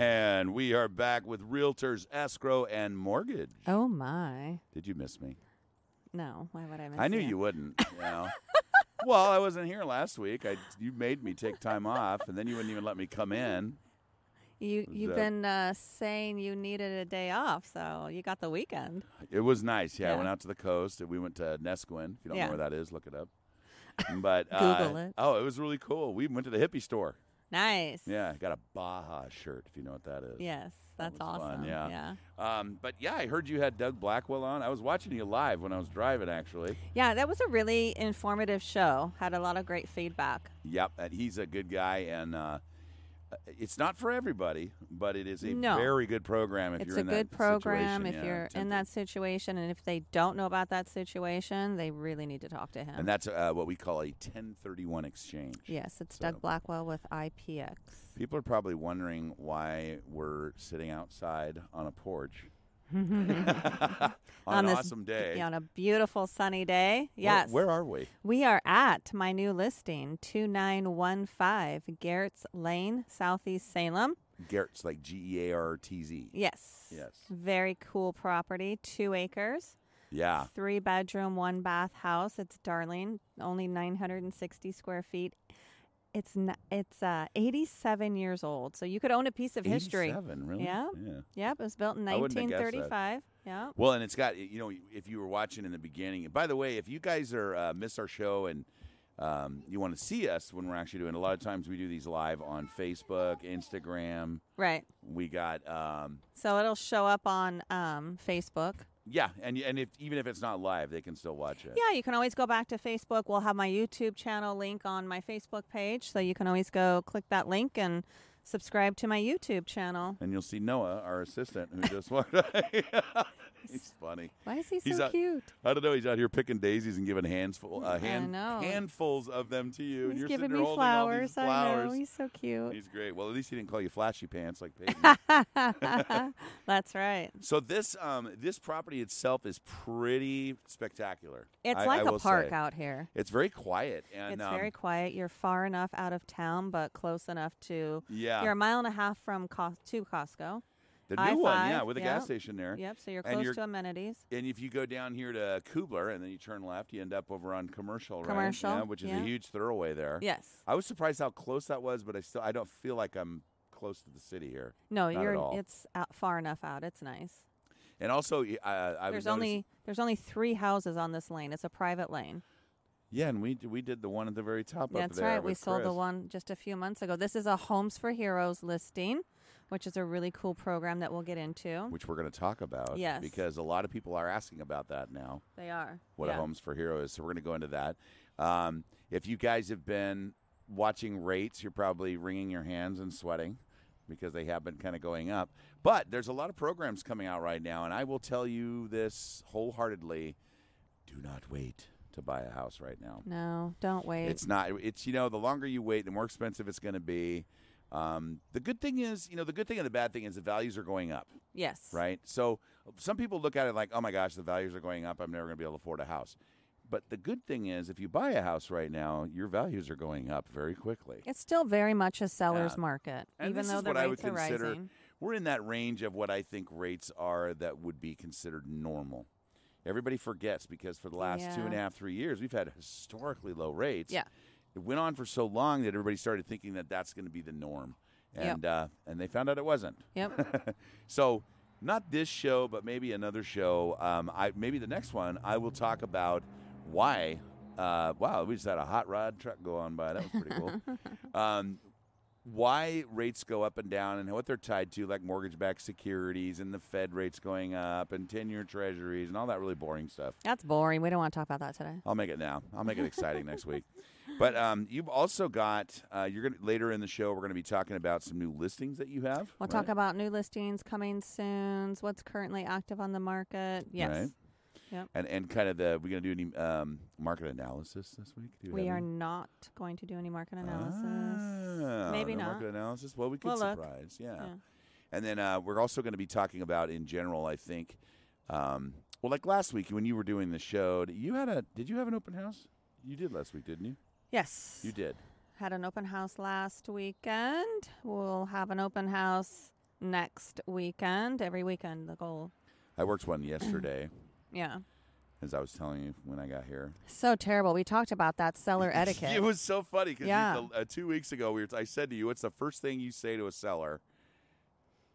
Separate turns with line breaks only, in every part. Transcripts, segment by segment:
We are back with Realtors Escrow and Mortgage.
Oh my.
Did you miss me?
No, why would I miss
I knew
you?
you wouldn't. You know? well, I wasn't here last week. I, you made me take time off, and then you wouldn't even let me come in.
You you've
that-
been uh, saying you needed a day off, so you got the weekend.
It was nice. Yeah, I
Yeah.
went out to the coast. and We went to Nesquin. If you don't
Yeah.
know where that is, look it up. But
Google
uh,
it.
Oh, it was really cool. We went to the hippie store.
Nice.
Yeah, I got a Baja shirt. If you know what that is.
Yes,
That
that's
was fun,
awesome.
yeah. Um, but yeah, I heard you had Doug Blackwell on. I was watching you live when I was driving, actually.
Yeah, that was a really informative show. Had a lot of great feedback.
Yep, and he's a good guy, and uh, it's not for everybody, but it is a
No.
very good program if
it's
you're
a
in
good
that
program
situation,
if
yeah,
you're in
tempted.
that situation and if they don't know about that situation, they really need to talk to him.
And that's uh, what we call a 1031 exchange.
yes, it's
so-
Doug Blackwell with IPX.
People are probably wondering why we're sitting outside on a porch on,
On
an
this-
awesome day.
Yeah, on a beautiful sunny day.
Where-
Yes.
Where, are we?
We are at my new listing, 2915 Garrett's Lane, Southeast Salem.
Garrett's like G E A R T Z.
Yes.
Yes.
Very cool property, two acres,
Yeah.
three bedroom, one bath house. It's darling, only 960 square feet. It's n it's uh, 87 years old, so you could own a piece of history.
87, really?
Yeah.
Yeah.
Yep, it was built in
I wouldn't have guessed that.
1935. Yep.
Well, and it's got you know if you were watching in the beginning. And by the way, if you guys are uh, miss our show and um, you want to see us when we're actually doing, a lot of times we do these live on Facebook, Instagram.
Right.
We got um,
So it'll show up on um, Facebook.
yeah, and and if even if it's not live, they can still watch it.
Yeah, you can always go back to Facebook. We'll have my YouTube channel link on my Facebook page, so you can always go click that link and subscribe to my YouTube channel.
And you'll see Noah, our assistant, who just walked. by. he's funny.
Why is he so
He's out-
cute?
I don't know. He's out here picking daisies and giving handful, uh, hand,
know.
handfuls of them to you, and
He's
you're
giving
sitting there
me
holding all these
flowers. I
flowers.
know he's so cute.
He's great. Well, at least he didn't call you flashy pants like Peyton.
That's right.
So this um this property itself is pretty spectacular.
It's
I-
like
I
a
will
park
say.
out here.
It's very quiet and
It's
um,
very quiet. You're far enough out of town, but close enough to.
yeah.
You're a mile and a half from Cos- to Costco.
the new
I
one, yeah,
five,
with a
yeah.
gas station there.
Yep. So you're
And
close
you're-
to amenities.
And if you go down here to Kubler and then you turn left, you end up over on Commercial,
Commercial,
right? Yeah, which is
yeah.
a huge thoroughway there.
Yes.
I was surprised how close that was, but I still I don't feel like I'm close to the city here.
No,
Not at
you're.
all.
It's out, far enough out. It's nice.
And also, y- uh, I
there's
was notice-
only there's only three houses on this lane. It's a private lane.
yeah, and we d- we did the one at the very top up
That's
there.
right. We
with
sold the
Chris.
one just a few months ago. This is a Homes for Heroes listing, which is a really cool program that we'll get into.
which we're going to talk about.
Yes.
because a lot of people are asking about that now.
They are.
what
yeah.
a homes for heroes. So we're going to go into that. Um, if you guys have been watching rates, you're probably wringing your hands and sweating because they have been kind of going up. But there's a lot of programs coming out right now, and I will tell you this wholeheartedly: do not wait to buy a house right now.
No, don't wait.
It's not. It's you know, the longer you wait, the more expensive it's going to be. Um, the good thing is, you know, the good thing and the bad thing is the values are going up
yes.
right? So some people look at it like, oh my gosh, the values are going up. I'm never going to be able to afford a house. But the good thing is, if you buy a house right now, your values are going up very quickly.
It's still very much a seller's
Yeah.
market,
And
even
this
though
is
the
what
rates
I would
are
consider-
rising.
We're in that range of what I think rates are that would be considered normal. Everybody forgets because for the last two and a
Yeah.
half, three years, we've had historically low rates.
Yeah.
It went on for so long that everybody started thinking that that's going to be the norm.
Yep.
And, uh, and they found out it wasn't.
Yep.
so not this show but maybe another show um, I, maybe the next one i will talk about why uh, wow we just had a hot rod truck go on by that was pretty cool um, why rates go up and down and what they're tied to like mortgage-backed securities and the fed rates going up and 10-year treasuries and all that really boring stuff
That's boring. We don't want to talk about that today.
I'll make it now. I'll make it exciting next week. But um, you've also got uh, you're gonna later in the show we're gonna be talking about some new listings that you have.
We'll
right?
talk about new listings coming soon, what's currently active on the market. Yes.
Right. And and kind of the we're gonna do any um, market analysis this week. Do you
We
have
are
any?
not going to do any market analysis.
Ah,
Maybe
no
not.
market analysis. Well, we could
We'll look.
surprise, yeah.
Yeah.
And then uh, we're also going to be talking about in general. I think, um, well, like last week when you were doing the show, you had a did you have an open house? You did last week, didn't you?
Yes.
You did.
Had an open house last weekend. We'll have an open house next weekend. Every weekend, the goal.
I worked one yesterday,
Yeah.
as I was telling you when I got here.
So terrible. We talked about that seller etiquette.
It was so funny because
Yeah.
uh, two weeks ago we were I said to you, "What's the first thing you say to a seller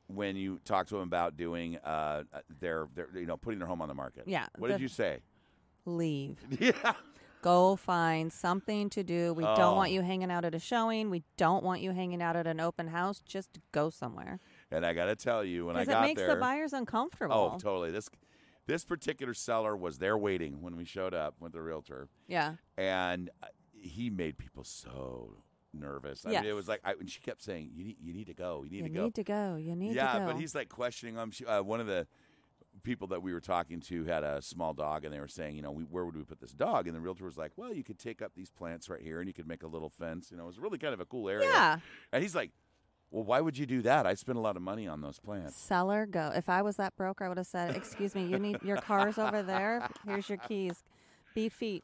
when you talk to them about doing uh, their, their, you know, putting their home on the market?"
Yeah,
What did
the-
you say?
Leave.
yeah.
Go find something to do. We don't want
Oh.
you hanging out at a showing. We don't want you hanging out at an open house. Just go somewhere.
And I got to tell you, when I
Because
got
it makes
there,
the buyers uncomfortable.
oh, totally. This this particular seller was there waiting when we showed up with the realtor,
yeah.
and uh, he made people so nervous. I mean, it was
Yes.
like, I, and she kept saying, "You need, you need to go. You need
You
to
need
go."
to go. You need
yeah,
to go.
but he's like questioning them. She, uh, one of the people that we were talking to had a small dog, and they were saying, you know, we, where would we put this dog? And the realtor was like, well, you could take up these plants right here, and you could make a little fence. You know, it was really kind of a cool area.
yeah.
And he's like, well, why would you do that? I spent a lot of money on those plants.
Seller, go. If I was that broker, I would have said, "Excuse me, you need your car's over there. Here's your keys. Be feet."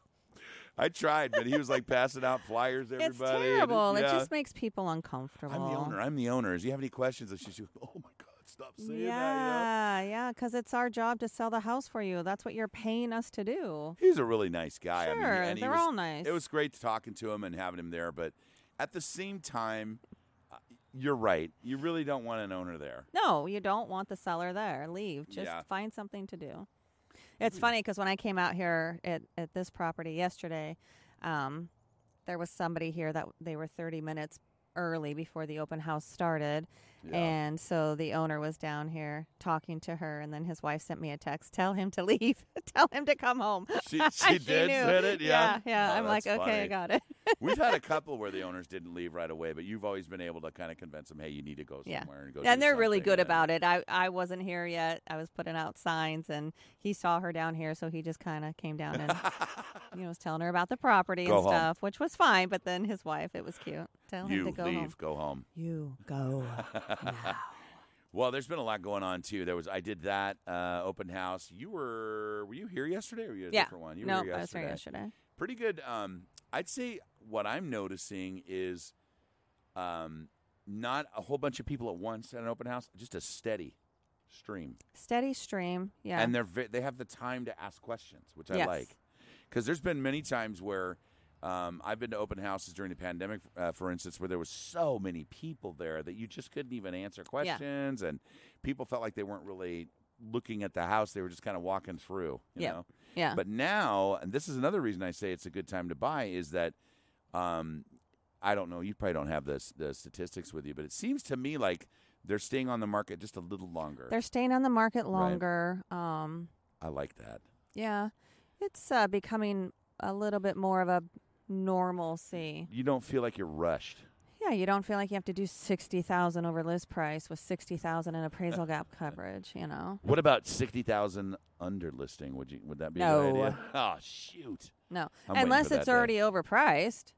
I tried, but he was like passing out flyers. to
It's
Everybody, and-
terrible. It
yeah.
just makes people uncomfortable.
I'm the owner. I'm the owner. Do you have any questions? And she's like, oh my god, stop saying that.
Yeah, yeah, because it's our job to sell the house for you. That's what you're paying us to do.
You know? He's a really nice guy. I mean, he-
sure,
and he
they're
was-
all nice.
It was great talking to him and having him there, but at the same time, uh, you're right. You really don't want an owner there.
no, you don't want the seller there. Leave. Just
Yeah.
find something to do. It's funny because when I came out here at, at this property yesterday, um, there was somebody here that they were 30 minutes early before the open house started. And so the owner was down here talking to her, and then his wife sent me a text, tell him to leave, tell him to come home.
she, she did
knew.
said it. Yeah,
yeah. yeah.
Oh,
I'm like,
that's
okay, I
funny.
got it.
We've had a couple where the owners didn't leave right away, but you've always been able to kind of convince them, hey, you need to go
Yeah.
somewhere and go.
and they're really good about it. I, I wasn't here yet. I was putting out signs, and he saw her down here, so he just kind of came down and you know was telling her about the property
Go
and
home.
stuff, which was fine. But then his wife, it was cute. Tell him
you
to go
leave,
home.
go home.
You go. now.
Well, there's been a lot going on too. There was I did that uh, open house. You were were you here yesterday or were you at a
Yeah.
different one? You
No,
were here
I was here
yesterday.
yesterday.
pretty good. Um, I'd say what I'm noticing is, um, not a whole bunch of people at once at an open house, just a steady stream,
Steady stream. Yeah.
and they're ve- they have the time to ask questions, which I
Yes.
like, because there's been many times where. Um, I've been to open houses during the pandemic, uh, for instance, where there was so many people there that you just couldn't even answer questions, and people felt like they weren't really looking at the house; they were just kind of walking through. You
Yep.
know,
yeah.
but now, and this is another reason I say it's a good time to buy is that um, I don't know. You probably don't have this the statistics with you, but it seems to me like they're staying on the market just a little longer.
they're staying on the market longer. Um,
I like that.
yeah. It's uh, becoming a little bit more of a normalcy.
You don't feel like you're rushed.
Yeah, you don't feel like you have to do sixty thousand over list price with sixty thousand in appraisal gap coverage. You know,
What about sixty thousand under listing? Would you would that be a good
No.
idea? Oh shoot.
no,
I'm waiting
unless
for
it's
that day.
already overpriced.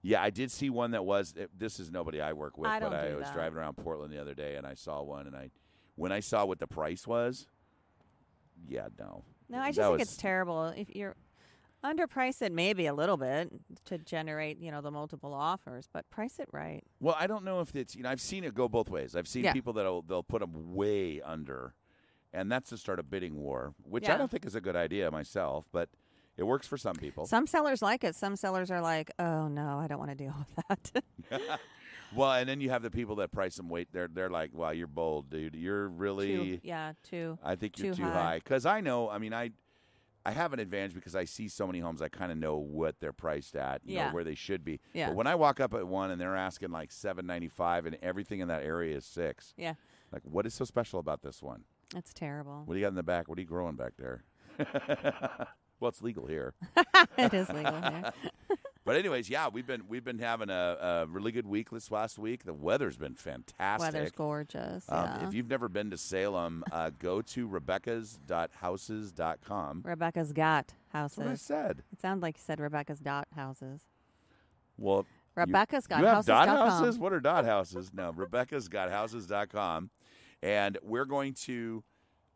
Yeah, I did see one that was. it- This is nobody I work with,
I
but
don't
I
do
was
that.
driving around Portland the other day and I saw one, and I when I saw what the price was, yeah, no.
No, I just
That
think
was-
it's terrible if you're underprice it maybe a little bit to generate you know the multiple offers, but price it right.
Well, I don't know if it's you know I've seen it go both ways. I've seen
Yeah.
people that'll they'll put them way under, and that's to start a bidding war, which I
Yeah.
don't think is a good idea myself, but it works for some people.
Some sellers like it. Some sellers are like, oh no, I don't want to deal with that.
well, and then you have the people that price them weight. They're they're like, wow, you're bold, dude. You're really.
too, yeah, too.
I think you're
too
too
high.
high because I know. I mean, I I have an advantage because I see so many homes. I kind of know what they're priced at. You
Yeah.
know where they should be.
Yeah.
But when I walk up at one and they're asking like seven ninety five, and everything in that area is six.
Yeah.
Like, what is so special about this one?
That's terrible.
What do you got in the back? What are you growing back there? well, it's legal here.
it is legal here.
But anyways, yeah, we've been we've been having a, a really good week this last week. The weather's been fantastic.
Weather's gorgeous.
um,
yeah.
If you've never been to Salem, uh, go to rebeccas.houses.com.
Rebecca's got
That's what I
houses.
said.
It sounds like you said Rebecca's dot houses.
Well,
Rebecca's got
you have
houses.
dot
dot com.
houses? What are dot houses? No, Rebecca's got houses.com. And we're going to,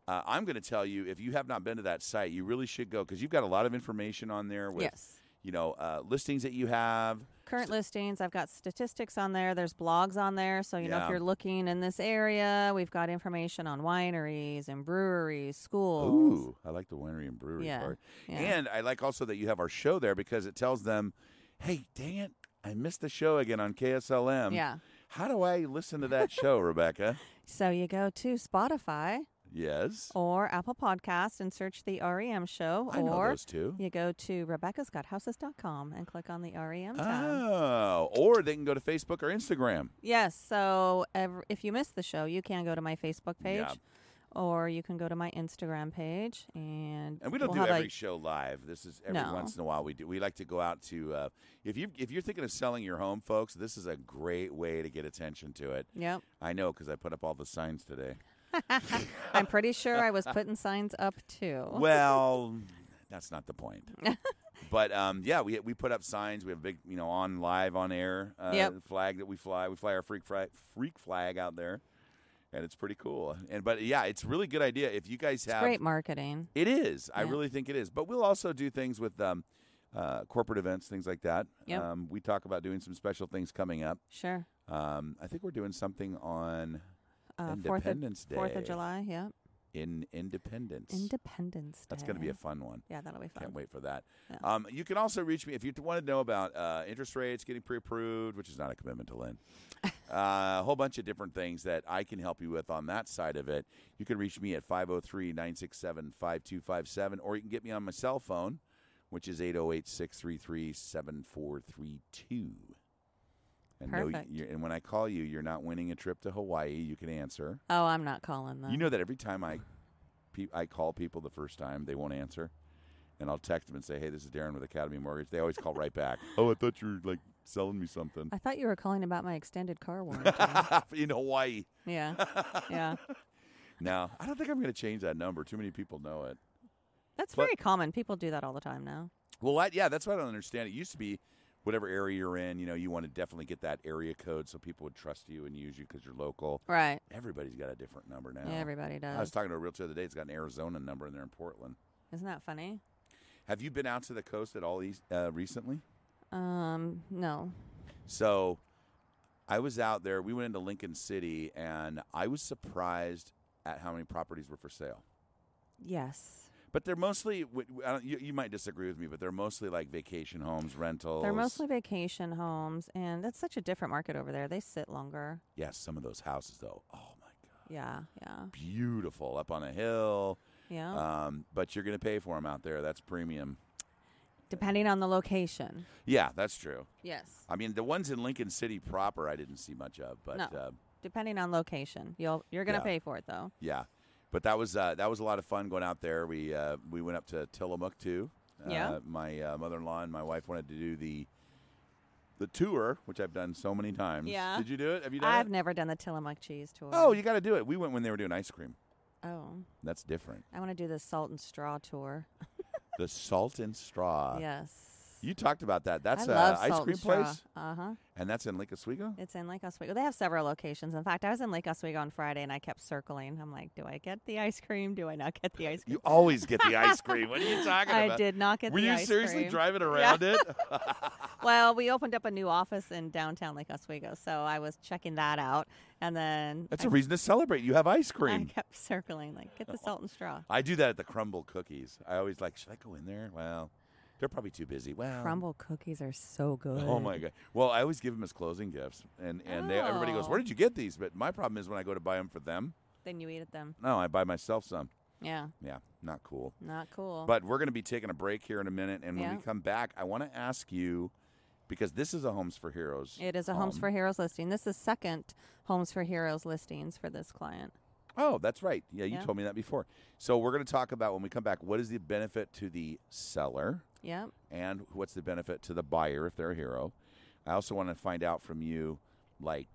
uh, I'm going to tell you, if you have not been to that site, you really should go because you've got a lot of information on there with
Yes.
you know, uh, listings that you have.
Current listings, I've got statistics on there. There's blogs on there. So, you know,
Yeah.
if you're looking in this area, we've got information on wineries and breweries, schools.
Ooh, I like the winery and brewery
Yeah,
part.
yeah.
And I like also that you have our show there because it tells them, hey, dang it, I missed the show again on KSLM.
Yeah.
How do I listen to that show, Rebecca?
So you go to Spotify
Yes.
or Apple Podcast and search the REM show
I know
Oh, or
those two.
you go to rebeccasgothouses.com and click on the REM tab.
Oh, or they can go to Facebook or Instagram.
Yes. So ev if you miss the show, you can go to my Facebook page,
Yeah.
or you can go to my Instagram page, and
And we don't
we'll
do
have
every
a,
show live. This is every
No.
once in a while we do. We like to go out to uh, if you if you're thinking of selling your home, folks. This is a great way to get attention to it.
Yep.
I know because I put up all the signs today.
I'm pretty sure I was putting signs up too.
Well, that's not the point. but um, yeah, we we put up signs. We have a big you know on live on air uh,
Yep.
flag that we fly. We fly our freak flag, freak flag out there, and it's pretty cool. And but yeah, it's a really good idea if you guys
it's
have
great marketing.
It is. I
Yeah.
really think it is. But we'll also do things with um, uh, corporate events, things like that.
Yep.
Um, we talk about doing some special things coming up.
Sure.
Um, I think we're doing something on
Uh, Fourth of
Independence Day.
Fourth of July. Yep.
In Independence.
Independence Day.
That's going to be a fun one.
yeah. That'll be fun.
Can't wait for that.
Yeah.
Um, you can also reach me if you want to know about uh, interest rates, getting pre-approved, which is not a commitment to Lynn. uh, a whole bunch of different things that I can help you with on that side of it. You can reach me at 503-967-5257, or you can get me on my cell phone, which is 808-633-7432. And, no,
Perfect.
you're, and when I call you, you're not winning a trip to Hawaii. You can answer.
Oh, I'm not calling them.
You know that every time I, pe- I call people the first time, they won't answer, and I'll text them and say, "Hey, this is Darren with Academy Mortgage." They always call right back. oh, I thought you were like selling me something
I thought you were calling about my extended car warranty.
in Hawaii.
yeah. Yeah.
No, I don't think I'm going to change that number. Too many people know it.
That's
But-
very common. People do that all the time now.
Well, I, yeah, that's what I don't understand. It used to be whatever area you're in, you know, you want to definitely get that area code so people would trust you and use you because you're local.
Right.
Everybody's got a different number now.
Yeah, everybody does.
I was talking to a realtor the other day. It's got an Arizona number, and they're in Portland.
Isn't that funny?
Have you been out to the coast at all eas- uh, recently?
Um, no.
So I was out there. We went into Lincoln City, and I was surprised at how many properties were for sale.
Yes.
But they're mostly, w- w- I don't, you, you might disagree with me, but they're mostly like vacation homes, rentals.
They're mostly vacation homes, and that's such a different market over there. They sit longer.
Yes, some of those houses, though. Oh, my God.
Yeah, yeah,
Beautiful up on a hill.
yeah.
Um, but you're going to pay for them out there. That's premium.
Depending on the location.
Yeah, that's true.
Yes.
I mean, the ones in Lincoln City proper, I didn't see much of, but.
No.
Uh,
Depending on location, you'll you're gonna
Yeah.
pay for it though.
Yeah, but that was uh, that was a lot of fun going out there. We uh, we went up to Tillamook too.
Yeah.
Uh, my uh, mother-in-law and my wife wanted to do the the tour, which I've done so many times.
Yeah.
Did you do it? Have you done
I've
it?
never done the Tillamook cheese tour.
oh, you got to do it. We went when they were doing ice cream.
oh,
That's different.
I want to do the salt and straw tour.
the salt and straw.
yes.
You talked about that. Uh, That's
I
a
love
ice
salt
cream
and straw.
place,
Uh huh.
and that's in Lake Oswego.
It's in Lake Oswego. They have several locations. In fact, I was in Lake Oswego on Friday, and I kept circling. I'm like, do I get the ice cream? Do I not get the ice cream?
You always get the ice cream. What are you talking
I
about?
did not get
Were
the
you
ice
seriously
cream.
driving around it?
Well, we opened up a new office in downtown Lake Oswego, so I was checking that out, and then
That's
I,
a Oh. reason to celebrate. You have ice
I
cream.
kept circling like get the salt and straw.
I do that at the crumble cookies. I always like, should I go in there? Well, they're probably too busy. Well,
Crumble cookies are so good.
Um, Oh my god. Well, I always give them as closing gifts, and and they, everybody goes,
Oh.
"Where did you get these?" But my problem is when I go to buy them for them,
Then you eat at them.
no, I buy myself some.
Yeah,
Yeah, not cool.
not cool.
But we're going to be taking a break here in a minute, and when we
Yeah.
come back, I want to ask you because this is a Homes for Heroes.
it is a Homes
home.
for Heroes listing. This is second Homes for Heroes listings for this client.
Oh, that's right. Yeah, you
Yeah.
told me that before. So we're going to talk about when we come back what is the benefit to the seller.
Yep.
and what's the benefit to the buyer if they're a hero. I also want to find out from you, like,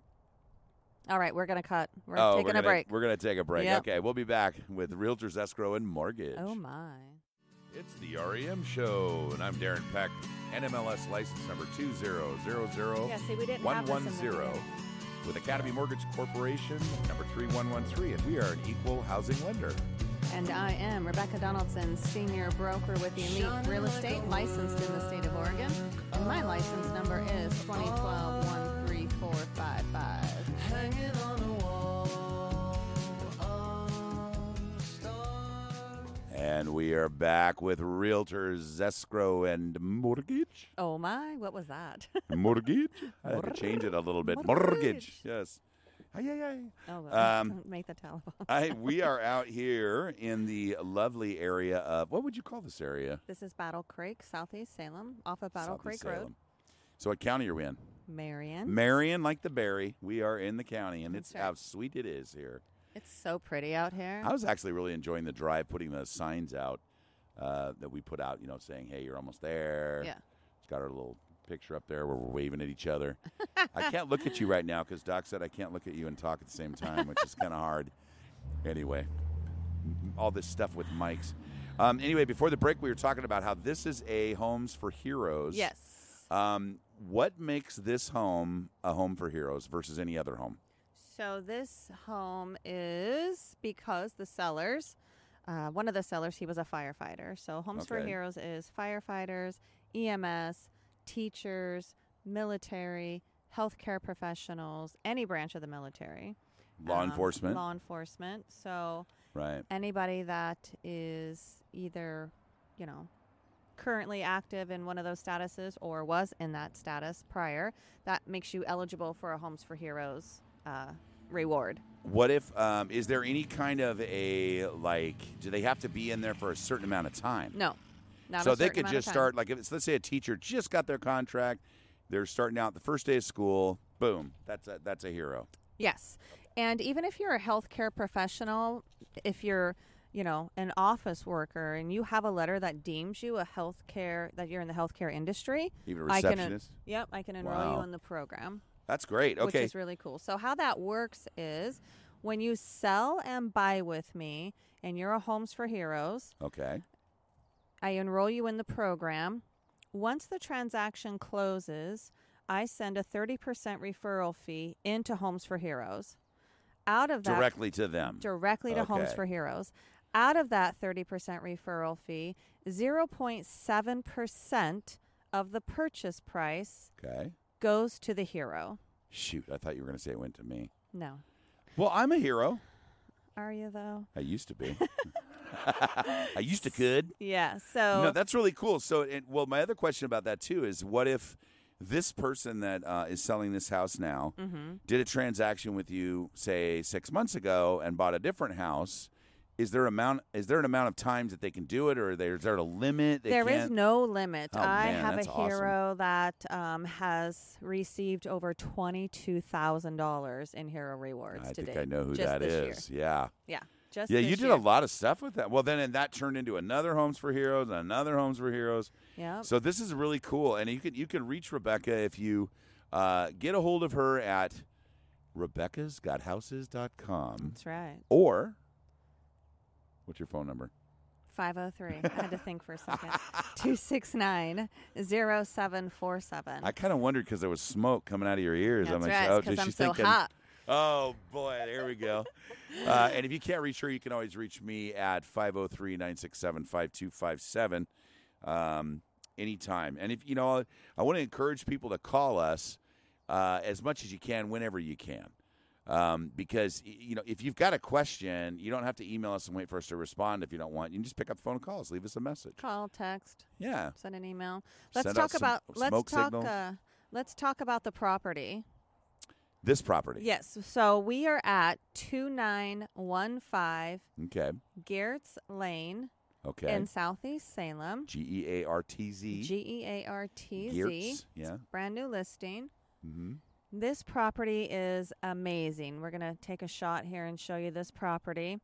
All right, we're gonna cut. We're
oh,
taking
we're gonna,
a break.
We're gonna take a break.
Yep.
Okay, we'll be back with Realtors Escrow and Mortgage.
Oh my.
It's the REM Show, and I'm Darren Peck, NMLS license number two zero zero zero
Yeah. See, we didn't
one
have this in
one
the
zero
beginning.
with Academy Mortgage Corporation number three one one three, and we are an equal housing lender.
And I am Rebecca Donaldson, senior broker with the Elite Real Estate, licensed in the state of Oregon. And my license number is 2012 13455.
hanging on a wall of stars.
And we are back with Realtors, Escrow, and Mortgage.
Oh my, what was that?
Mortgage? I had to change it a little bit. Mortgage.
Mortgage.
Yes. Ay, ay, ay.
oh, well,
Um,
make the telephone.
I, we are out here in the lovely area of, what would you call this area?
This is Battle Creek, Southeast Salem, off of Battle
Southeast
Creek Road, Mm-hmm.
Salem. So what county are we in?
Marion.
Marion, like the berry. We are in the county, and it's
That's right.
how sweet it is here.
It's so pretty out here.
I was actually really enjoying the drive, putting the signs out uh, that we put out, you know, saying, hey, you're almost there.
Yeah.
It's got our little picture up there where we're waving at each other. I can't look at you right now because Doc said I can't look at you and talk at the same time, which is kind of hard. Anyway, m- all this stuff with mics. Um, anyway, before the break, we were talking about how this is a Homes for Heroes.
Yes.
Um, what makes this home a home for heroes versus any other home?
So this home is because the sellers, uh, one of the sellers, he was a firefighter. So Homes for
Okay.
Heroes is firefighters, EMS, teachers, military, healthcare professionals, any branch of the military,
Law
um,
enforcement,
law enforcement. So
right?
anybody that is either, you know, currently active in one of those statuses or was in that status prior, that makes you eligible for a Homes for Heroes uh, reward.
What if um, is there any kind of a like? Do they have to be in there for a certain amount of time?
No, not
so
a
they
certain
could
amount of
just
time.
start like if it's let's say a teacher just got their contract, they're starting out the first day of school. Boom, that's a that's a hero.
Yes, and even if you're a healthcare professional, if you're you know an office worker and you have a letter that deems you a healthcare that you're in the healthcare industry,
Even a
I can-
receptionist.
yep, I can enroll
Wow.
you in the program.
That's great. Okay,
which is really cool. So how that works is when you sell and buy with me and you're a Homes for Heroes,
okay,
I enroll you in the program. Once the transaction closes, I send a 30% referral fee into Homes for Heroes. Out of that
directly to them.
directly to Homes
Okay.
for Heroes. Out of that 30% referral fee, 0.7% of the purchase price
okay,
goes to the hero.
shoot, I thought you were going to say it went to me.
No.
Well, I'm a hero.
Are you though?
I used to be. I used to could.
Yeah. So
No, that's really cool. So, it, well, my other question about that too is, what if this person that uh, is selling this house now
Mm-hmm.
did a transaction with you, say six months ago, and bought a different house? Is there amount? Is there an amount of times that they can do it, or there, is there a limit? They
There is
can't-
no limit.
Oh,
I
man,
have
that's
a
awesome.
hero that um, has received over twenty-two thousand dollars in hero rewards.
I
to
think
date,
I know who
just
that
this
is. Yeah,
Year. Yeah, just
yeah.
This
You did
year.
a lot of stuff with that. Well, then, and that turned into another Homes for Heroes, and another Homes for Heroes.
Yep.
So this is really cool, and you can you can reach Rebecca if you uh, get a hold of her at rebeccasgothouses.com
That's right.
or what's your phone number?
Five zero three. I had to think for a second. Two six nine zero seven four seven.
I kind of wondered because there was smoke coming out of your ears.
That's
I'm like,
right.
oh,
Because
does
I'm
she
so
thinking-
hot.
Oh boy, there we go. uh, and if you can't reach her, you can always reach me at 503-967-5257 um, anytime. And if you know, I want to encourage people to call us uh, as much as you can, whenever you can. Um, because y- you know, if you've got a question, you don't have to email us and wait for us to respond. If you don't want, you can just pick up the phone and call us. Leave us a message.
Call, text,
Yeah,
send an email. Let's
Send out
talk
some
about. Let's
smoke
talk.
signals.
Uh, let's talk about the property.
this property.
Yes. So we are at two nine one five
Okay.
Geertz Lane.
Okay.
in Southeast Salem.
G E A R T Z.
G E A R T Z.
Geertz, yeah.
Brand new listing.
Mm-hmm.
This property is amazing. We're going to take a shot here and show you this property.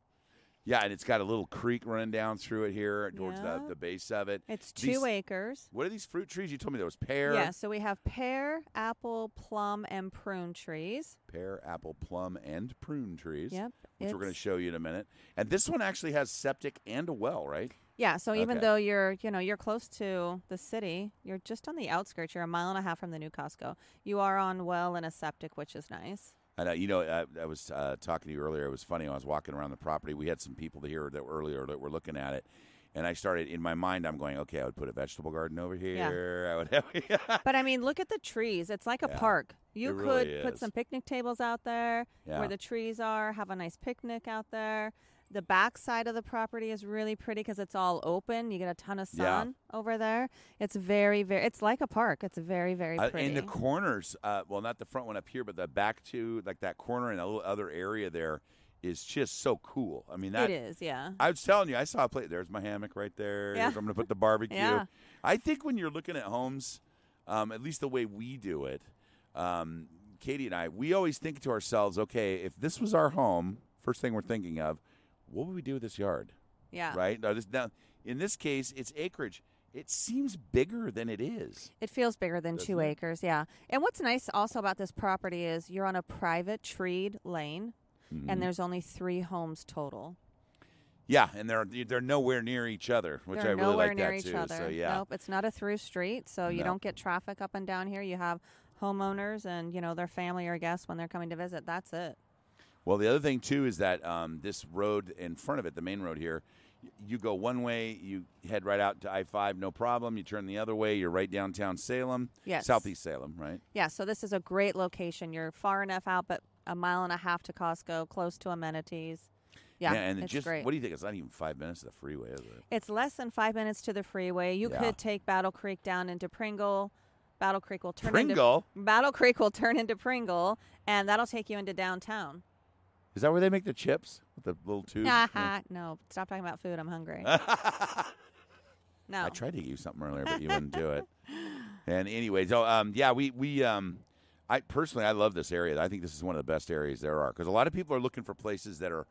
Yeah, and it's got a little creek running down through it here towards
Yeah.
the, the base of it.
It's two
These-
acres.
What are these fruit trees? You told me there was pear,
Yeah, so we have pear, apple, plum, and prune trees.
pear, apple, plum, and prune trees.
Yep.
Which we're going to
it's-
show you in a minute. And this one actually has septic and a well, right?
yeah, so even
Okay.
though you're, you know, you're close to the city, you're just on the outskirts. You're a mile and a half from the new Costco. You are on well and a septic, which is nice.
And uh, you know, I, I was uh, talking to you earlier. It was funny. I was walking around the property. We had some people here that were earlier that were looking at it, and I started in my mind. I'm going, okay, I would put a vegetable garden over here. I would have.
But I mean, look at the trees. It's like a
Yeah.
park. You
It
could
really
put
is.
some picnic tables out there
Yeah.
where the trees are, have a nice picnic out there. The back side of the property is really pretty because it's all open. You get a ton of
Yeah.
sun over there. It's very, very. It's like a park. It's very, very
Uh,
pretty.
and the corners, uh, well, not the front one up here, but the back two, like that corner and a little other area there, is just so cool. I mean, that
it is, yeah.
I was telling you, I saw a plate. There's my hammock right there.
Yeah.
Here's where I'm going to put the barbecue.
Yeah.
I think when you're looking at homes, um, at least the way we do it, um, Katie and I, we always think to ourselves, okay, if this was our home, first thing we're thinking of, what would we do with this yard?
Yeah.
Right? Now, this, now, in this case, it's acreage. It seems bigger than it is.
It feels bigger than two
Doesn't it?
acres, yeah. And what's nice also about this property is you're on a private treed lane,
Mm-hmm.
and there's only three homes total.
Yeah, and they're they're nowhere near each other, which
They're
I really
nowhere
like
near
that
each
too.
other.
So yeah,
Nope, it's not a through street, so you
No.
don't get traffic up and down here. You have homeowners and you know their family or guests when they're coming to visit. That's it.
Well, the other thing too is that um, this road in front of it, the main road here, y- you go one way, you head right out to I five, no problem. You turn the other way, you're right downtown Salem,
Yes.
southeast Salem, right?
Yeah, so this is a great location. You're far enough out, but a mile and a half to Costco, close to amenities. Yeah,
and it
it's
just
great.
what do you think? It's not even five minutes of the freeway, is it?
It's less than five minutes to the freeway. You
Yeah.
could take Battle Creek down into Pringle. Battle Creek will turn
Pringle
into Battle Creek will turn into Pringle, and that'll take you into downtown.
is that where they make the chips with the little tube?
Haha,
Mm.
no, stop talking about food. I'm hungry. No,
I tried to give you something earlier, but you wouldn't do it. And anyway, so um, yeah, we we um, I personally I love this area. I think this is one of the best areas there are because a lot of people are looking for places that are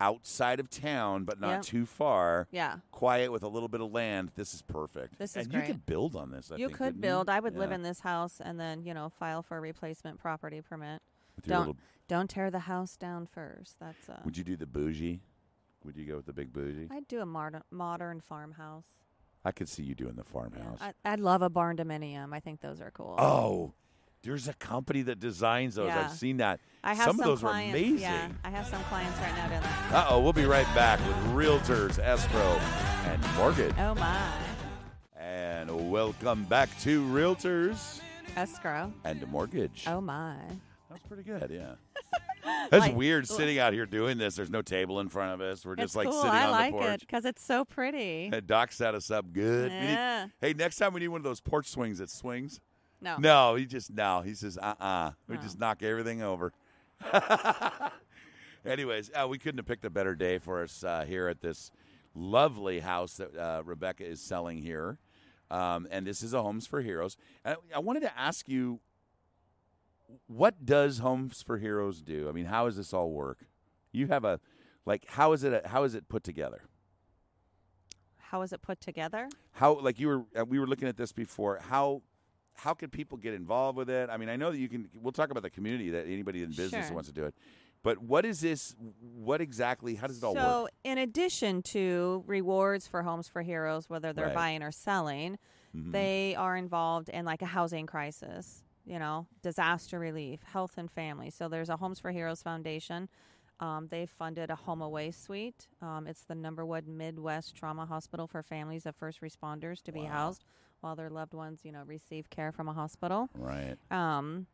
outside of town but not
Yep.
too far,
yeah,
quiet with a little bit of land. This is perfect.
This is
and
great.
you could build on this. I
you
think,
could
couldn't
build. I would live
Yeah.
in this house and then you know file for a replacement property permit.
With your
don't-
little-
Don't tear the house down first. That's uh,
would you do the bougie? Would you go with the big bougie?
I'd do a modern modern farmhouse.
I could see you doing the farmhouse.
I, I'd love a barn dominium. I think those are cool.
oh, there's a company that designs those.
Yeah.
I've seen that.
I have
some, of those
clients.
were amazing.
Yeah, I have some clients right now doing that.
Uh oh, we'll be right back with Realtors, Escrow, and Mortgage.
Oh my,
And welcome back to Realtors
escrow.
and Mortgage.
Oh my.
That's pretty good, yeah. That's
Like-
weird sitting out here doing this. There's no table in front of us. We're just
it's
like
cool.
sitting
I
on
like
the porch.
it because it's so pretty.
And Doc set us up good. We need-
Yeah.
hey, next time we need one of those porch swings that swings.
No.
No, he just no. He says, uh, uh We
No.
just knock everything over. Anyways, uh, we couldn't have picked a better day for us uh, here at this lovely house that uh, Rebecca is selling here, um, and this is a Homes for Heroes. And I, I wanted to ask you, what does Homes for Heroes do? I mean, how does this all work? You have a like, how is it? How is it put together?
How is it put together?
how like you were uh, we were looking at this before how how could people get involved with it i mean i know that you can we'll talk about the community that anybody in business that
Sure.
wants to do it but what is this what exactly how does it all
so,
work
in addition to rewards for Homes for Heroes, whether they're
Right. Mm-hmm.
buying or selling, they are involved in like a housing crisis, you know, disaster relief, health and family. So, there's a Homes for Heroes Foundation. Um, they funded a home away suite. Um, it's the number one Midwest trauma hospital for families of first responders to be housed while their loved ones, you know, receive care from a hospital
right
um,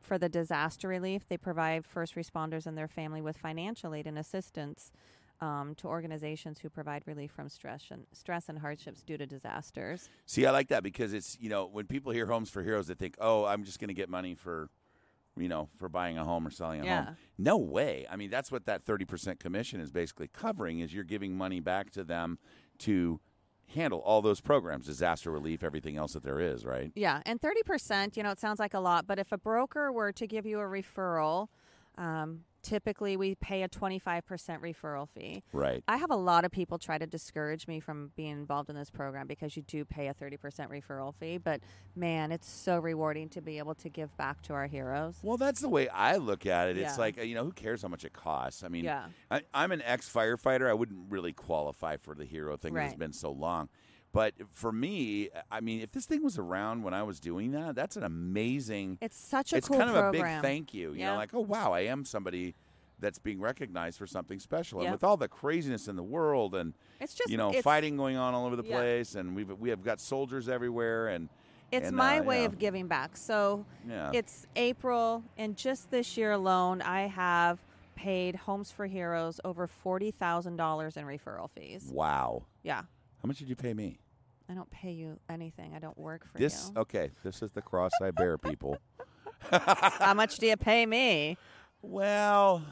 for the disaster relief. They provide first responders and their family with financial aid and assistance um, to organizations who provide relief from stress and stress and hardships due to disasters.
see i like that because it's you know when people hear homes for heroes they think oh i'm just going to get money for you know for buying a home or selling a
Yeah.
home no way i mean that's what that 30% commission is basically covering is you're giving money back to them to handle all those programs disaster relief everything else that there is right
Yeah, and thirty percent. You know, it sounds like a lot, but if a broker were to give you a referral, um, typically we pay a twenty-five percent referral fee.
right
I have a lot of people try to discourage me from being involved in this program because you do pay a 30% referral fee, but man, it's so rewarding to be able to give back to our heroes.
Well, that's the way I look at it.
Yeah.
It's like uh, you know, who cares how much it costs? I mean,
Yeah.
I, I'm an ex firefighter. I wouldn't really qualify for the hero thing. It's
Right.
been so long, But for me, I mean, if this thing was around when I was doing that, that's an amazing.
It's such a
it's
cool
kind of
program.
a big thank you. You
Yeah.
know, like oh wow, I am somebody that's being recognized for something special.
Yeah.
And with all the craziness in the world, and
It's just
you know,
it's,
fighting going on all over the
yeah.
place, and we've we have got soldiers everywhere, and
It's
and,
my
uh,
way
yeah.
of giving back. So
yeah,
It's April, and just this year alone, I have paid Homes for Heroes over forty thousand dollars in referral fees.
wow.
Yeah,
How much did you pay me?
I don't pay you anything. I don't work for
This
you.
okay? This is the cross I bear, people.
How much do you pay me?
Well,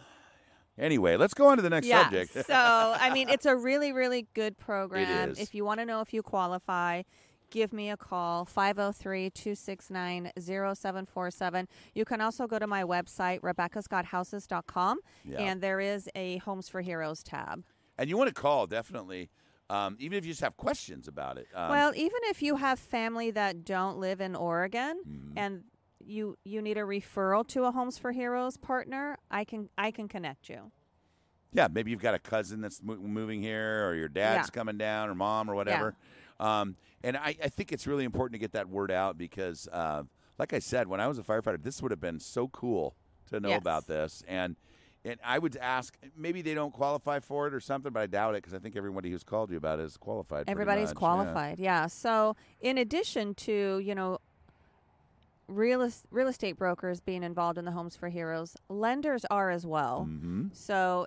anyway, let's go on to the next
yeah.
subject.
so I mean, it's a really, really good program.
is.
If you want to know if you qualify. Give me a call, 503 269 0747. You can also go to my website, rebeccasgothouses.com,
Yeah.
and there is a Homes for Heroes tab.
And you want to call definitely, um, even if you just have questions about it. Um,
well, even if you have family that don't live in Oregon
Mm-hmm.
and you you need a referral to a Homes for Heroes partner, I can I can connect you.
yeah, maybe you've got a cousin that's mo- moving here, or your dad's
Yeah.
coming down, or mom, or whatever. Um, and I, I think it's really important to get that word out because, uh, like I said, when I was a firefighter, this would have been so cool to know
Yes.
about this. And and I would ask, maybe they don't qualify for it or something, but I doubt it because I think everybody who's called you about it is qualified. pretty
Everybody's
much, yeah.
qualified. Yeah. So, in addition to, you know, real es- real estate brokers being involved in the Homes for Heroes, lenders are as well.
Mhm.
So,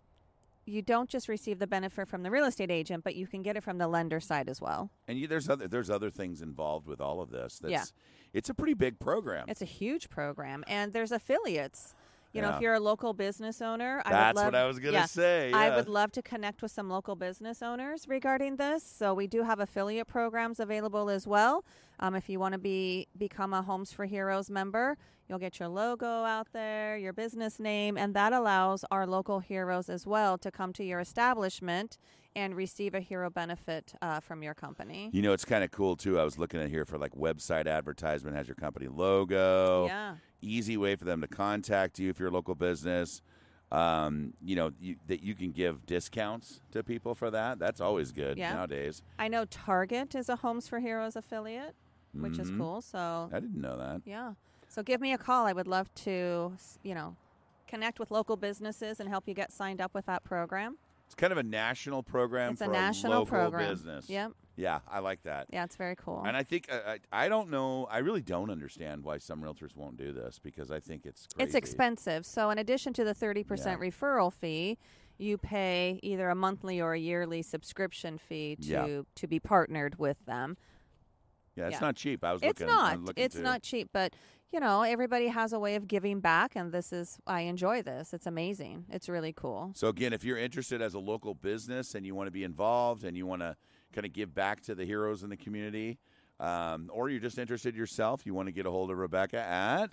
you don't just receive the benefit from the real estate agent, but you can get it from the lender side as well.
And you, there's other there's other things involved with all of this.
Yeah.
That's, It's a pretty big program.
It's a huge program, and there's affiliates. You know,
Yeah.
if you're a local business owner, I
That's
would love,
what I was gonna
yeah,
say,
I
yeah.
would love to connect with some local business owners regarding this. So we do have affiliate programs available as well. Um, if you want to be become a Homes for Heroes member, you'll get your logo out there, your business name, and that allows our local heroes as well to come to your establishment and receive a hero benefit uh, from your company.
You know, it's kind of cool too. I was looking at here for like website advertisement has your company logo.
Yeah.
Easy way for them to contact you if you're a local business. Um, you know you, that you can give discounts to people for that. That's always good
Yeah.
nowadays.
I know Target is a Homes for Heroes affiliate, which is
Mhm.
cool. So,
I didn't know that.
yeah. So give me a call. I would love to, s- you know, connect with local businesses and help you get signed up with that program.
It's kind of a national program
it's
for
a national
local
program.
business.
Yep.
Yeah, I like that.
Yeah, it's very cool.
And I think uh, I, I don't know. I really don't understand why some realtors won't do this because I think it's crazy.
It's expensive. So, in addition to the 30% referral fee, you pay either a monthly or a yearly subscription fee to
Yeah.
to be partnered with them.
Yeah, it's
yeah.
not cheap. I was
It's
looking. I'm
not.
looking
It's
to-
not cheap, but you know, everybody has a way of giving back and this is I enjoy this. It's amazing. It's really cool.
So again, if you're interested as a local business and you want to be involved and you want to kind of give back to the heroes in the community, um, or you're just interested yourself, you want to get a hold of Rebecca at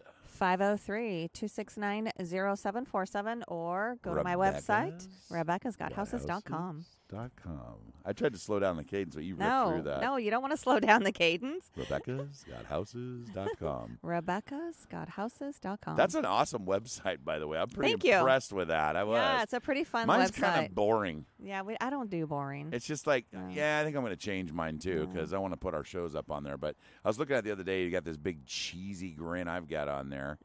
503-269-0747 or go to my website rebeccasgothouses.com.
dot com. I tried to slow down the cadence, but you ripped
No.
through that.
No, you don't want to slow down the cadence.
Rebecca's got houses dot com.
rebeccasgothouses.com.
That's an awesome website, by the way. I'm pretty
Um, Thank you.
impressed with that. I was.
Yeah, it's a pretty fun
Mine's kind
website.
of boring.
yeah, we, I don't do boring.
It's just like,
Yeah.
yeah, I think I'm going to change mine too because I want to put our shows up on there. But I was looking at it the other day, you got this big cheesy grin I've got on there,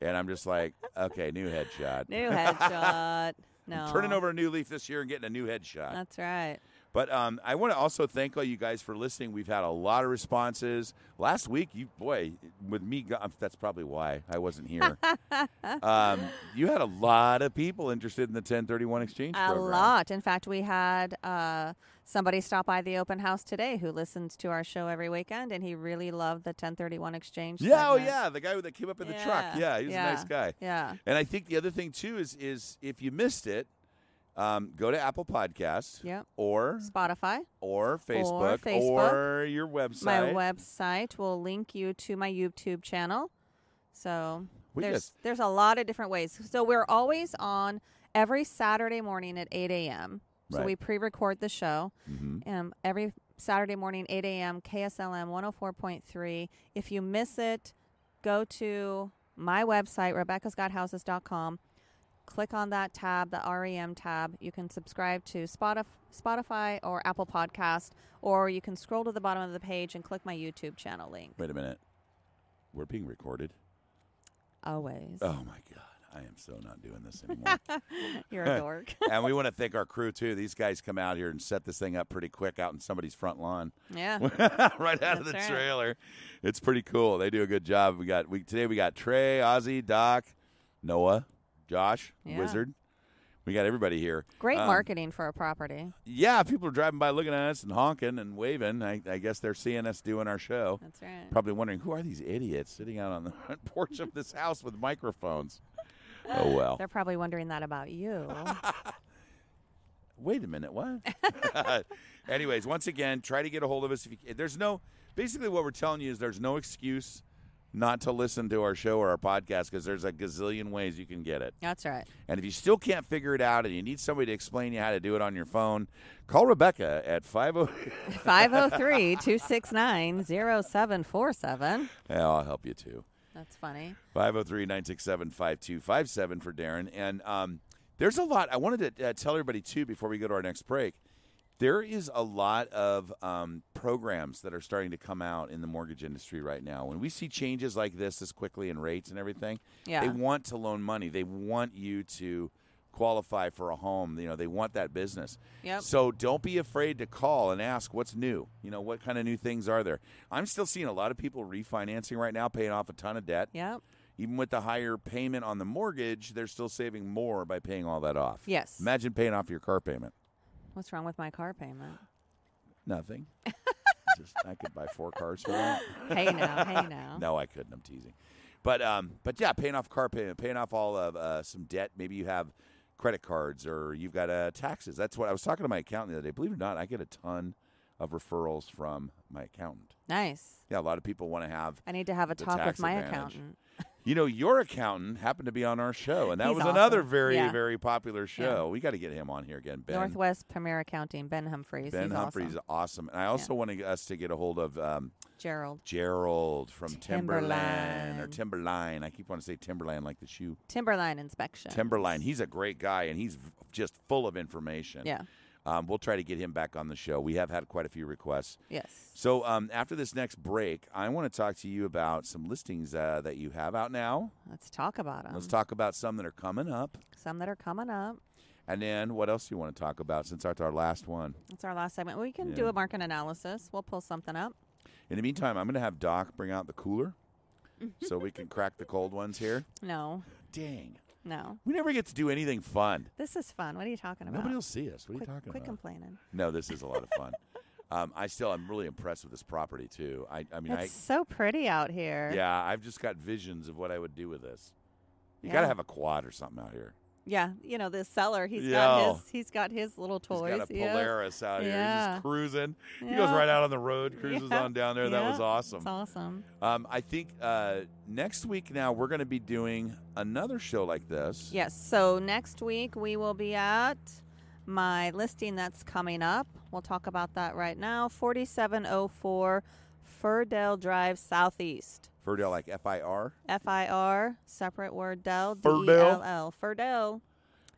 and I'm just like, okay, new headshot.
New headshot. No.
I'm turning over a new leaf this year and getting a new headshot.
That's right.
but um, I want to also thank all you guys for listening. We've had a lot of responses. Last week, you boy, with me, go- um, that's probably why I wasn't here. um, you had a lot of people interested in the 1031 exchange
A
program.
lot. In fact, we had uh, somebody stop by the open house today who listens to our show every weekend, and he really loved the 1031 exchange.
Yeah, oh
segment.
yeah, the guy that came up in the truck.
Yeah,
Yeah, he was a nice guy.
Yeah.
And I think the other thing too is is if you missed it, um, go to Apple Podcasts
Yep.
or
Spotify.
or Facebook,
Facebook.
or your website.
My website will link you to my YouTube channel. So
We
there's
just-
there's a lot of different ways. So we're always on every Saturday morning at 8 a.m. So
Right.
we pre-record the show.
Mhm.
um, every Saturday morning, 8 a.m., KSLM 104.3. If you miss it, go to my website, rebeccasgothouses.com. click on that tab, the REM tab. You can subscribe to Spotif- Spotify or Apple Podcast, or you can scroll to the bottom of the page and click my YouTube channel link.
Wait a minute. We're being recorded.
Always.
Oh my god, I am so not doing this anymore.
You're a dork.
and we want to thank our crew too. These guys come out here and set this thing up pretty quick out in somebody's front lawn.
yeah.
right out of the
That's right.
trailer. It's pretty cool. They do a good job. We got we today we got Trey, Ozzy, Doc, Noah, Josh,
Yeah.
Wizard. We got everybody here.
Great
Um,
marketing for a property.
Yeah, people are driving by looking at us and honking and waving. I, I guess they're seeing us doing our show.
That's right.
Probably wondering who are these idiots sitting out on the front porch of this house with microphones. Oh well.
They're probably wondering that about you.
wait a minute, what? Anyways, once again, try to get a hold of us. If you, there's no, basically, what we're telling you is there's no excuse not to listen to our show or our podcast because there's a gazillion ways you can get it.
That's right.
And if you still can't figure it out and you need somebody to explain you how to do it on your phone, call Rebecca at oh, 50.
503 269 0747.
Yeah, I'll help you too.
That's funny.
503-967-5257 for Darren. And um, there's a lot. I wanted to uh, tell everybody too before we go to our next break. There is a lot of um, programs that are starting to come out in the mortgage industry right now. When we see changes like this, this quickly in rates and everything,
Yeah.
they want to loan money. They want you to qualify for a home. You know, they want that business.
Yep.
So don't be afraid to call and ask what's new. You know, what kind of new things are there? I'm still seeing a lot of people refinancing right now, paying off a ton of debt
Yep.
even with the higher payment on the mortgage, they're still saving more by paying all that off.
Yes.
Imagine paying off your car payment.
What's wrong with my car payment?
Nothing. Just I could buy four cars for that.
Hey now, hey now.
No, I couldn't. I'm teasing. But um, but yeah, paying off car payment, paying off all of uh, some debt. Maybe you have credit cards or you've got uh, taxes. That's what I was talking to my accountant the other day. Believe it or not, I get a ton of referrals from my accountant.
Nice.
Yeah, a lot of people want to have.
I need to have a
The
talk with
tax
my
advantage.
accountant.
You know, your accountant happened to be on our show, and that
He's
was another
awesome.
very,
Yeah.
very popular show. We got to get him on here again, Ben.
Northwest Premier Accounting, Ben Humphreys.
Ben
He's
Humphrey's
awesome.
awesome. And I also wanted us to get a hold of um,
Gerald.
Gerald from Timberline or
Timberline.
Timberline. I keep wanting to say Timberland like the shoe.
Timberline inspection.
Timberline. He's a great guy and he's v- just full of information.
Yeah.
Um, we'll try to get him back on the show. We have had quite a few requests.
Yes.
So um, after this next break, I want to talk to you about some listings uh, that you have out now.
Let's talk about them.
Let's talk about some that are coming up.
Some that are coming up.
And then what else do you want to talk about since that's our last one?
That's our last segment. We can do
Yeah.
a market analysis. We'll pull something up.
In the meantime, I'm going to have Doc bring out the cooler so we can crack the cold ones here.
No,
Dang.
no.
We never get to do anything fun.
This is fun. What are you talking about?
Nobody will see us. What are
quick,
you talking
quick um,
about?
complaining.
no, this is a lot of fun. um, I still am really impressed with this property too. I, I mean,
it's so pretty out here.
I yeah, I've just got visions of what I would do with this. You
Yeah.
got to have a quad or something out here.
Yeah, you know this seller. He's
Yo.
got his. He's got his little toys.
He's got a
yeah.
Polaris out here. He's
Yeah.
just cruising. He goes
Yeah.
right out on the road, cruises
Yeah.
on down there. That
Yeah.
was awesome.
It's awesome.
Um, I think uh, next week now we're going to be doing another show like this.
Yes. So next week we will be at my listing that's coming up. We'll talk about that right now. Forty-seven oh four Firdale Drive Southeast.
Firdale, like F I R.
F I R separate word Dell D E
Firdale.
L L Firdale.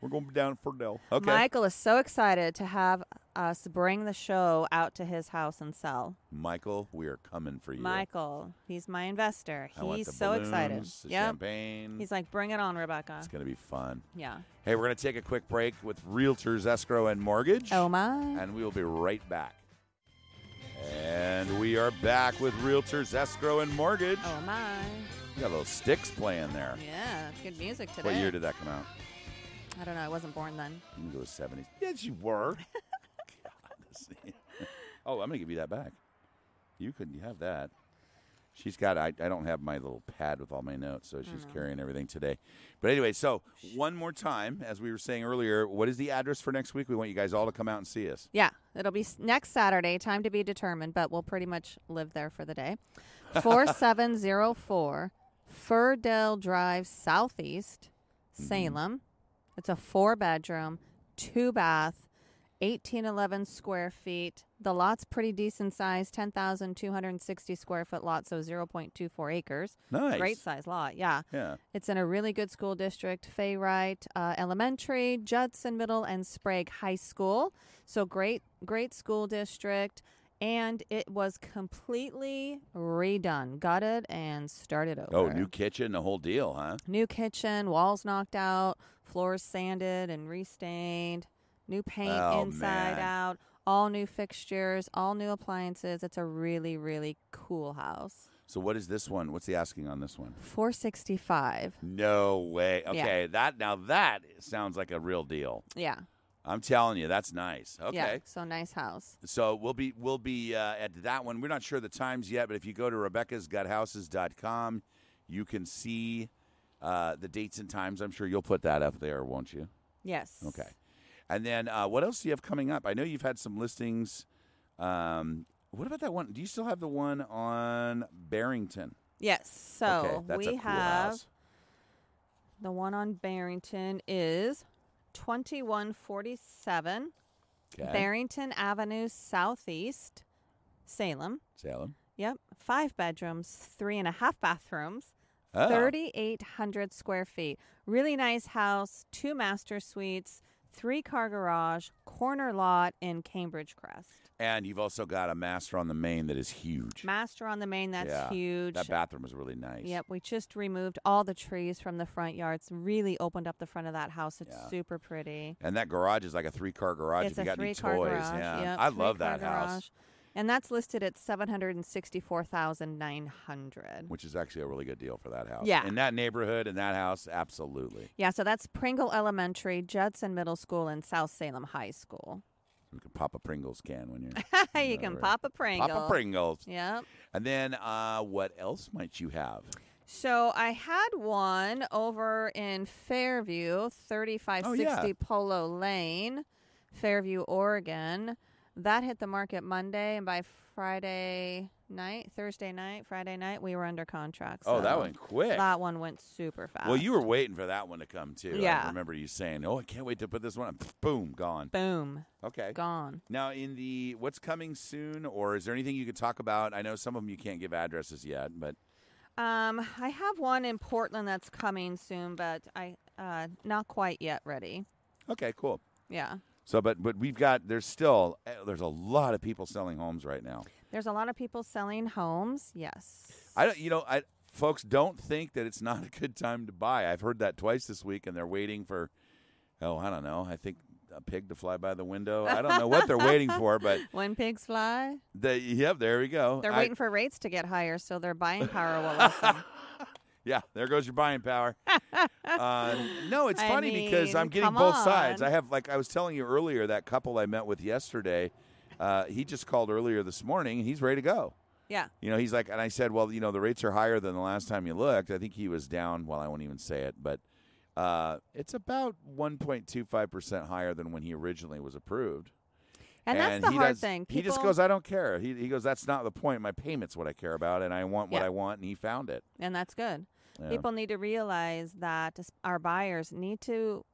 We're going down to Firdale. Okay.
Michael is so excited to have us bring the show out to his house and sell.
Michael, we are coming for you.
Michael, he's my investor.
I want the
He's so excited.
balloons, The
Yep.
champagne.
He's like, bring it on, Rebecca.
it's going to be fun.
Yeah.
Hey, we're going to take a quick break with Realtors Escrow and Mortgage.
Oh my.
And we will be right back. And we are back with Realtors Escrow and Mortgage.
Oh my.
We got a little sticks playing there.
Yeah, that's good music today.
What year did that come out?
I don't know. I wasn't born then.
You can go to 70s. Yes, you were. God, this- oh, I'm going to give you that back. You couldn't have that. She's got, I, I don't have my little pad with all my notes, so she's carrying everything today. But anyway, so one more time, as we were saying earlier, what is the address for next week? We want you guys all to come out and see us.
Yeah, it'll be s- next Saturday. Time to be determined, but we'll pretty much live there for the day. Four seven zero four Firdale Drive Southeast, Salem. It's a four bedroom, two bath, eighteen eleven square feet the lot's pretty decent size, 10,260 square foot lot, so 0.24 acres.
Nice.
Great size lot, yeah.
Yeah.
It's in a really good school district Fay Wright uh, Elementary, Judson Middle, and Sprague High School. So great, great school district. And it was completely redone, gutted, and started over.
Oh, new kitchen, the whole deal, huh?
New kitchen, walls knocked out, floors sanded and restained, new paint
Oh,
inside
man.
out, all new fixtures, all new appliances. It's a really, really cool house.
So what is this one? What's the asking on this one?
465.
No way. Okay, that now that sounds like a real deal.
Yeah.
I'm telling you, that's nice. Okay.
Yeah. So nice house.
So we'll be we'll be uh, at that one. We're not sure the times yet, but if you go to RebeccaSGutHouses.com, you can see uh, the dates and times. I'm sure you'll put that up there, won't you?
Yes.
Okay. And then uh, what else do you have coming up? I know you've had some listings. Um, what about that one? Do you still have the one on Barrington?
Yes. So
okay, that's
Oh, we
a cool
have
house.
the one on Barrington is 2147
Okay.
Barrington Avenue Southeast, Salem.
Salem.
Yep. Five bedrooms, three and a half bathrooms,
Oh.
3,800 square feet. Really nice house, two master suites, three car garage, corner lot in Cambridge Crest.
And you've also got a master on the main that is huge.
Master on the main, that's
Yeah,
huge.
That bathroom is really nice.
Yep, we just removed all the trees from the front yards. Really opened up the front of that house. It's
Yeah.
super pretty.
And that garage is like a three car garage.
it's
if you
a
got any
three-car
toys,
garage.
yeah.
Yep,
I love
three-car
that
garage.
house,
And that's listed at seven hundred and sixty-four thousand nine hundred.
which is actually a really good deal for that house.
Yeah.
In that neighborhood, in that house, absolutely.
Yeah, so that's Pringle Elementary, Judson Middle School, and South Salem High School.
You can pop a Pringles can when you're
you can
Alright.
pop a Pringle.
pop a Pringles.
Yep.
And then uh, what else might you have?
So I had one over in Fairview, 3560
Oh, yeah.
Polo Lane, Fairview, Oregon. That hit the market Monday, and by Friday night, Thursday night, Friday night, we were under contract.
oh, that
so
went quick.
That one went super fast.
well, you were waiting for that one to come too. I
Yeah.
remember you saying, "Oh, I can't wait to put this one." up." Boom, gone.
boom
Okay.
gone.
Now, in the what's coming soon, or is there anything you could talk about? I know some of them you can't give addresses yet, but
Um, I have one in Portland that's coming soon, but I uh, not quite yet ready.
okay, cool.
Yeah.
So, but but we've got there's still eh, there's a lot of people selling homes right now.
There's a lot of people selling homes. Yes.
I don't, you know, I folks don't think that it's not a good time to buy. I've heard that twice this week, and they're waiting for, oh, I don't know. I think a pig to fly by the window. I don't know what they're waiting for, but
when pigs fly,
they, yep, there we go.
they're
I-
waiting for rates to get higher, so their buying power will lessen.
Yeah, there goes your buying power. uh, no, it's
I
funny because I'm
mean,
getting
come
both sides.
on.
I have, like I was telling you earlier, that couple I met with yesterday, uh, he just called earlier this morning. and He's ready to go.
Yeah.
You know, he's like, and I said, well, you know, the rates are higher than the last time you looked. I think he was down. Well, I won't even say it, but uh, it's about 1.25 percent higher than when he originally was approved.
And, that's the
he
hard
does-
thing. People,
He just goes, I don't care. He, he goes, that's not the point. My payment's what I care about, and I want what
Yeah.
I want, and he found it.
and that's good.
Yeah.
People need to realize that s- our buyers need to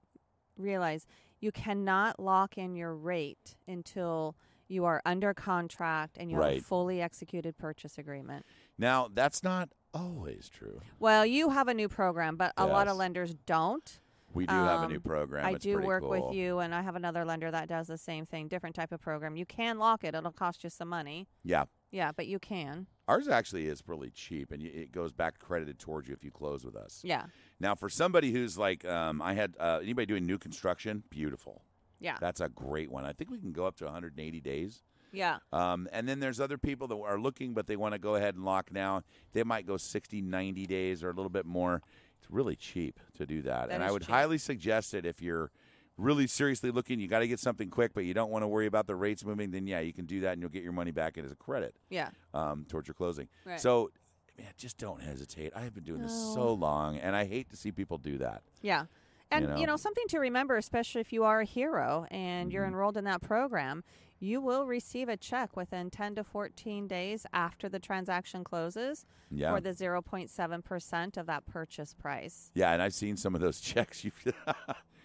realize you cannot lock in your rate until you are under contract and you have
Right.
a fully executed purchase agreement.
Now, that's not always true.
Well, you have a new program, but a lot
Yes.
of lenders don't.
We do have a new
Um,
program.
I
It's
do
pretty
work
cool.
with you, and I have another lender that does the same thing, different type of program. You can lock it; it'll cost you some money.
Yeah.
Yeah, but you can.
Ours actually is really cheap, and y- it goes back credited towards you if you close with us.
Yeah,
Now, for somebody who's like, um, I had uh, anybody doing new construction, beautiful.
yeah,
That's a great one. I think we can go up to 180 days.
yeah,
Um, and then there's other people that are looking, but they want to go ahead and lock now. They might go 60, 90 days or a little bit more. It's really cheap to do that.
That
and I
is
would
cheap.
highly suggest it if you're really seriously looking, you got to get something quick, but you don't want to worry about the rates moving, then yeah, you can do that and you'll get your money back as a credit
yeah.
um, towards your closing.
Right.
So, man, just don't hesitate. I have been doing this so
No.
long, and I hate to see people do that.
Yeah. And you know.
know. Mm-hmm.
something to remember, especially if you are a hero and you're enrolled in that program, you will receive a check within 10 to 14 days after the transaction closes
Yeah.
for the 0.7% of that purchase price.
yeah, and I've seen some of those checks. You,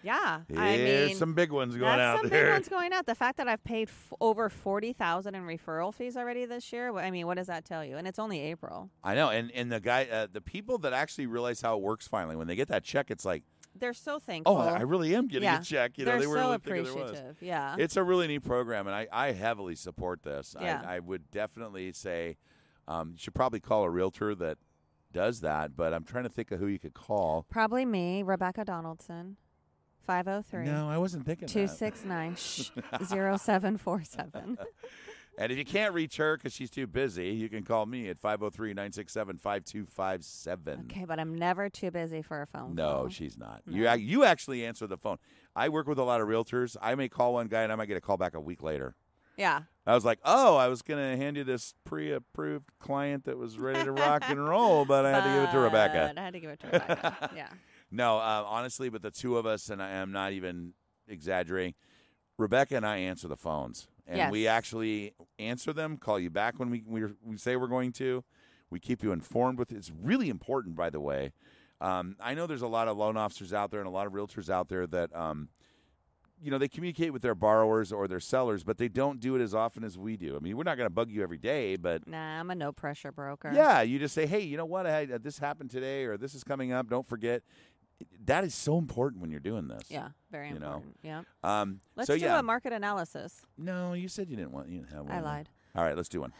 Yeah, I
Here's
mean,
some big ones going
that's
out
some
there.
big ones going out. The fact that I've paid f- over forty thousand in referral fees already this year. wh- I mean, what does that tell you? And it's only April.
I know, and and the guy, uh, the people that actually realize how it works finally when they get that check, it's like,
They're so thankful.
oh, I, I really am getting
Yeah.
a check. You know,
They're
they were
so
thinking there
appreciative.
was.
Yeah.
It's a really neat program, and I, I heavily support this.
Yeah.
I, I would definitely say um, you should probably call a realtor that does that, but I'm trying to think of who you could call.
Probably me, Rebecca Donaldson, 503
No, I wasn't thinking that.
269 shh, 0747.
And if you can't reach her because she's too busy, you can call me at 503 967 5257.
Okay, Uh-huh. but I'm never too busy for a phone call.
No, she's not. You ac- you actually answer the phone. I work with a lot of realtors. I may call one guy and I might get a call back a week later.
yeah.
I was like, "Oh, I was gonna hand you this pre-approved client that was ready to rock and roll, but I had to give it
Uh,
to Rebecca."
But I had to give it to Rebecca. yeah.
No, uh, honestly, but the two of us, and I am not even exaggerating. Rebecca and I answer the phones, and
Yes.
we actually answer them. Call you back when we we, we say we're going to. We keep you informed with. It's really important, by the way. Um, I know there's a lot of loan officers out there and a lot of realtors out there that, um, you know, they communicate with their borrowers or their sellers, but they don't do it as often as we do. I mean, we're not going to bug you every day, but
Nah, I'm a no pressure broker.
yeah, you just say, hey, you know what? I had, uh, this happened today, or this is coming up. Don't forget. That is so important when you're doing this.
Yeah. Very
You know.
important. Yeah.
Um,
Let's
so
do
yeah.
a market analysis.
no, you said you didn't want. You didn't have one.
I lied.
All right, let's do one.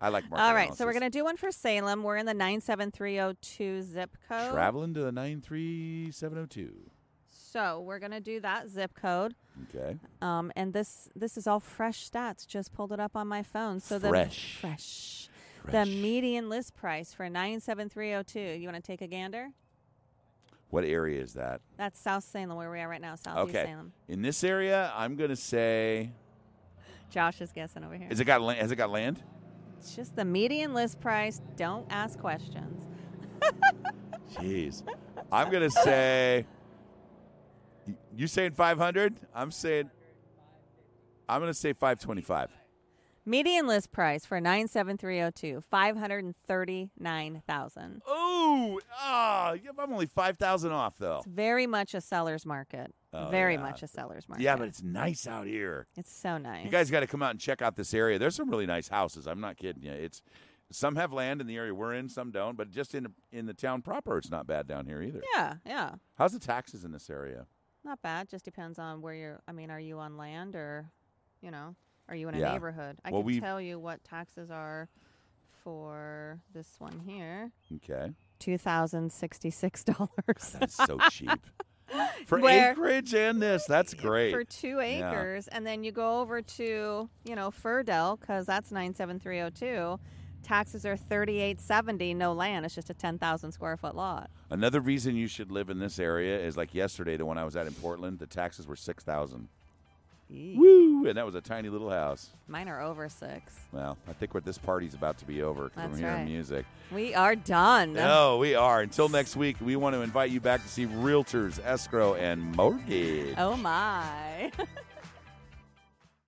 I like market.
All right. So we're
analysis.
going to do one for Salem. We're in the 97302 zip code.
traveling to the nine three seven zero two.
So we're going to do that zip code.
Okay.
Um, and this this is all fresh stats. Just pulled it up on my phone. So the
Fresh.
fresh.
Fresh.
The median list price for nine seven three zero two. You want to take a gander?
What area is that?
That's South Salem, where we are right now. Southeast
okay.
Salem.
In this area, I'm gonna say,
Josh is guessing over here.
is it got land? Has it got land?
It's just the median list price. Don't ask questions.
Jeez. I'm gonna say. y- You saying five hundred? I'm saying. I'm gonna say five twenty five.
Median list price for nine seven three zero two five hundred and thirty nine thousand.
Oh, ah, yeah, I'm only five thousand off though.
It's very much a seller's market.
Oh,
very
yeah.
much a seller's market.
Yeah, but it's nice out here.
it's so nice.
You guys got to come out and check out this area. There's some really nice houses. I'm not kidding you. It's some have land in the area we're in, some don't. But just in in the town proper, it's not bad down here either.
yeah, yeah. oh Oh,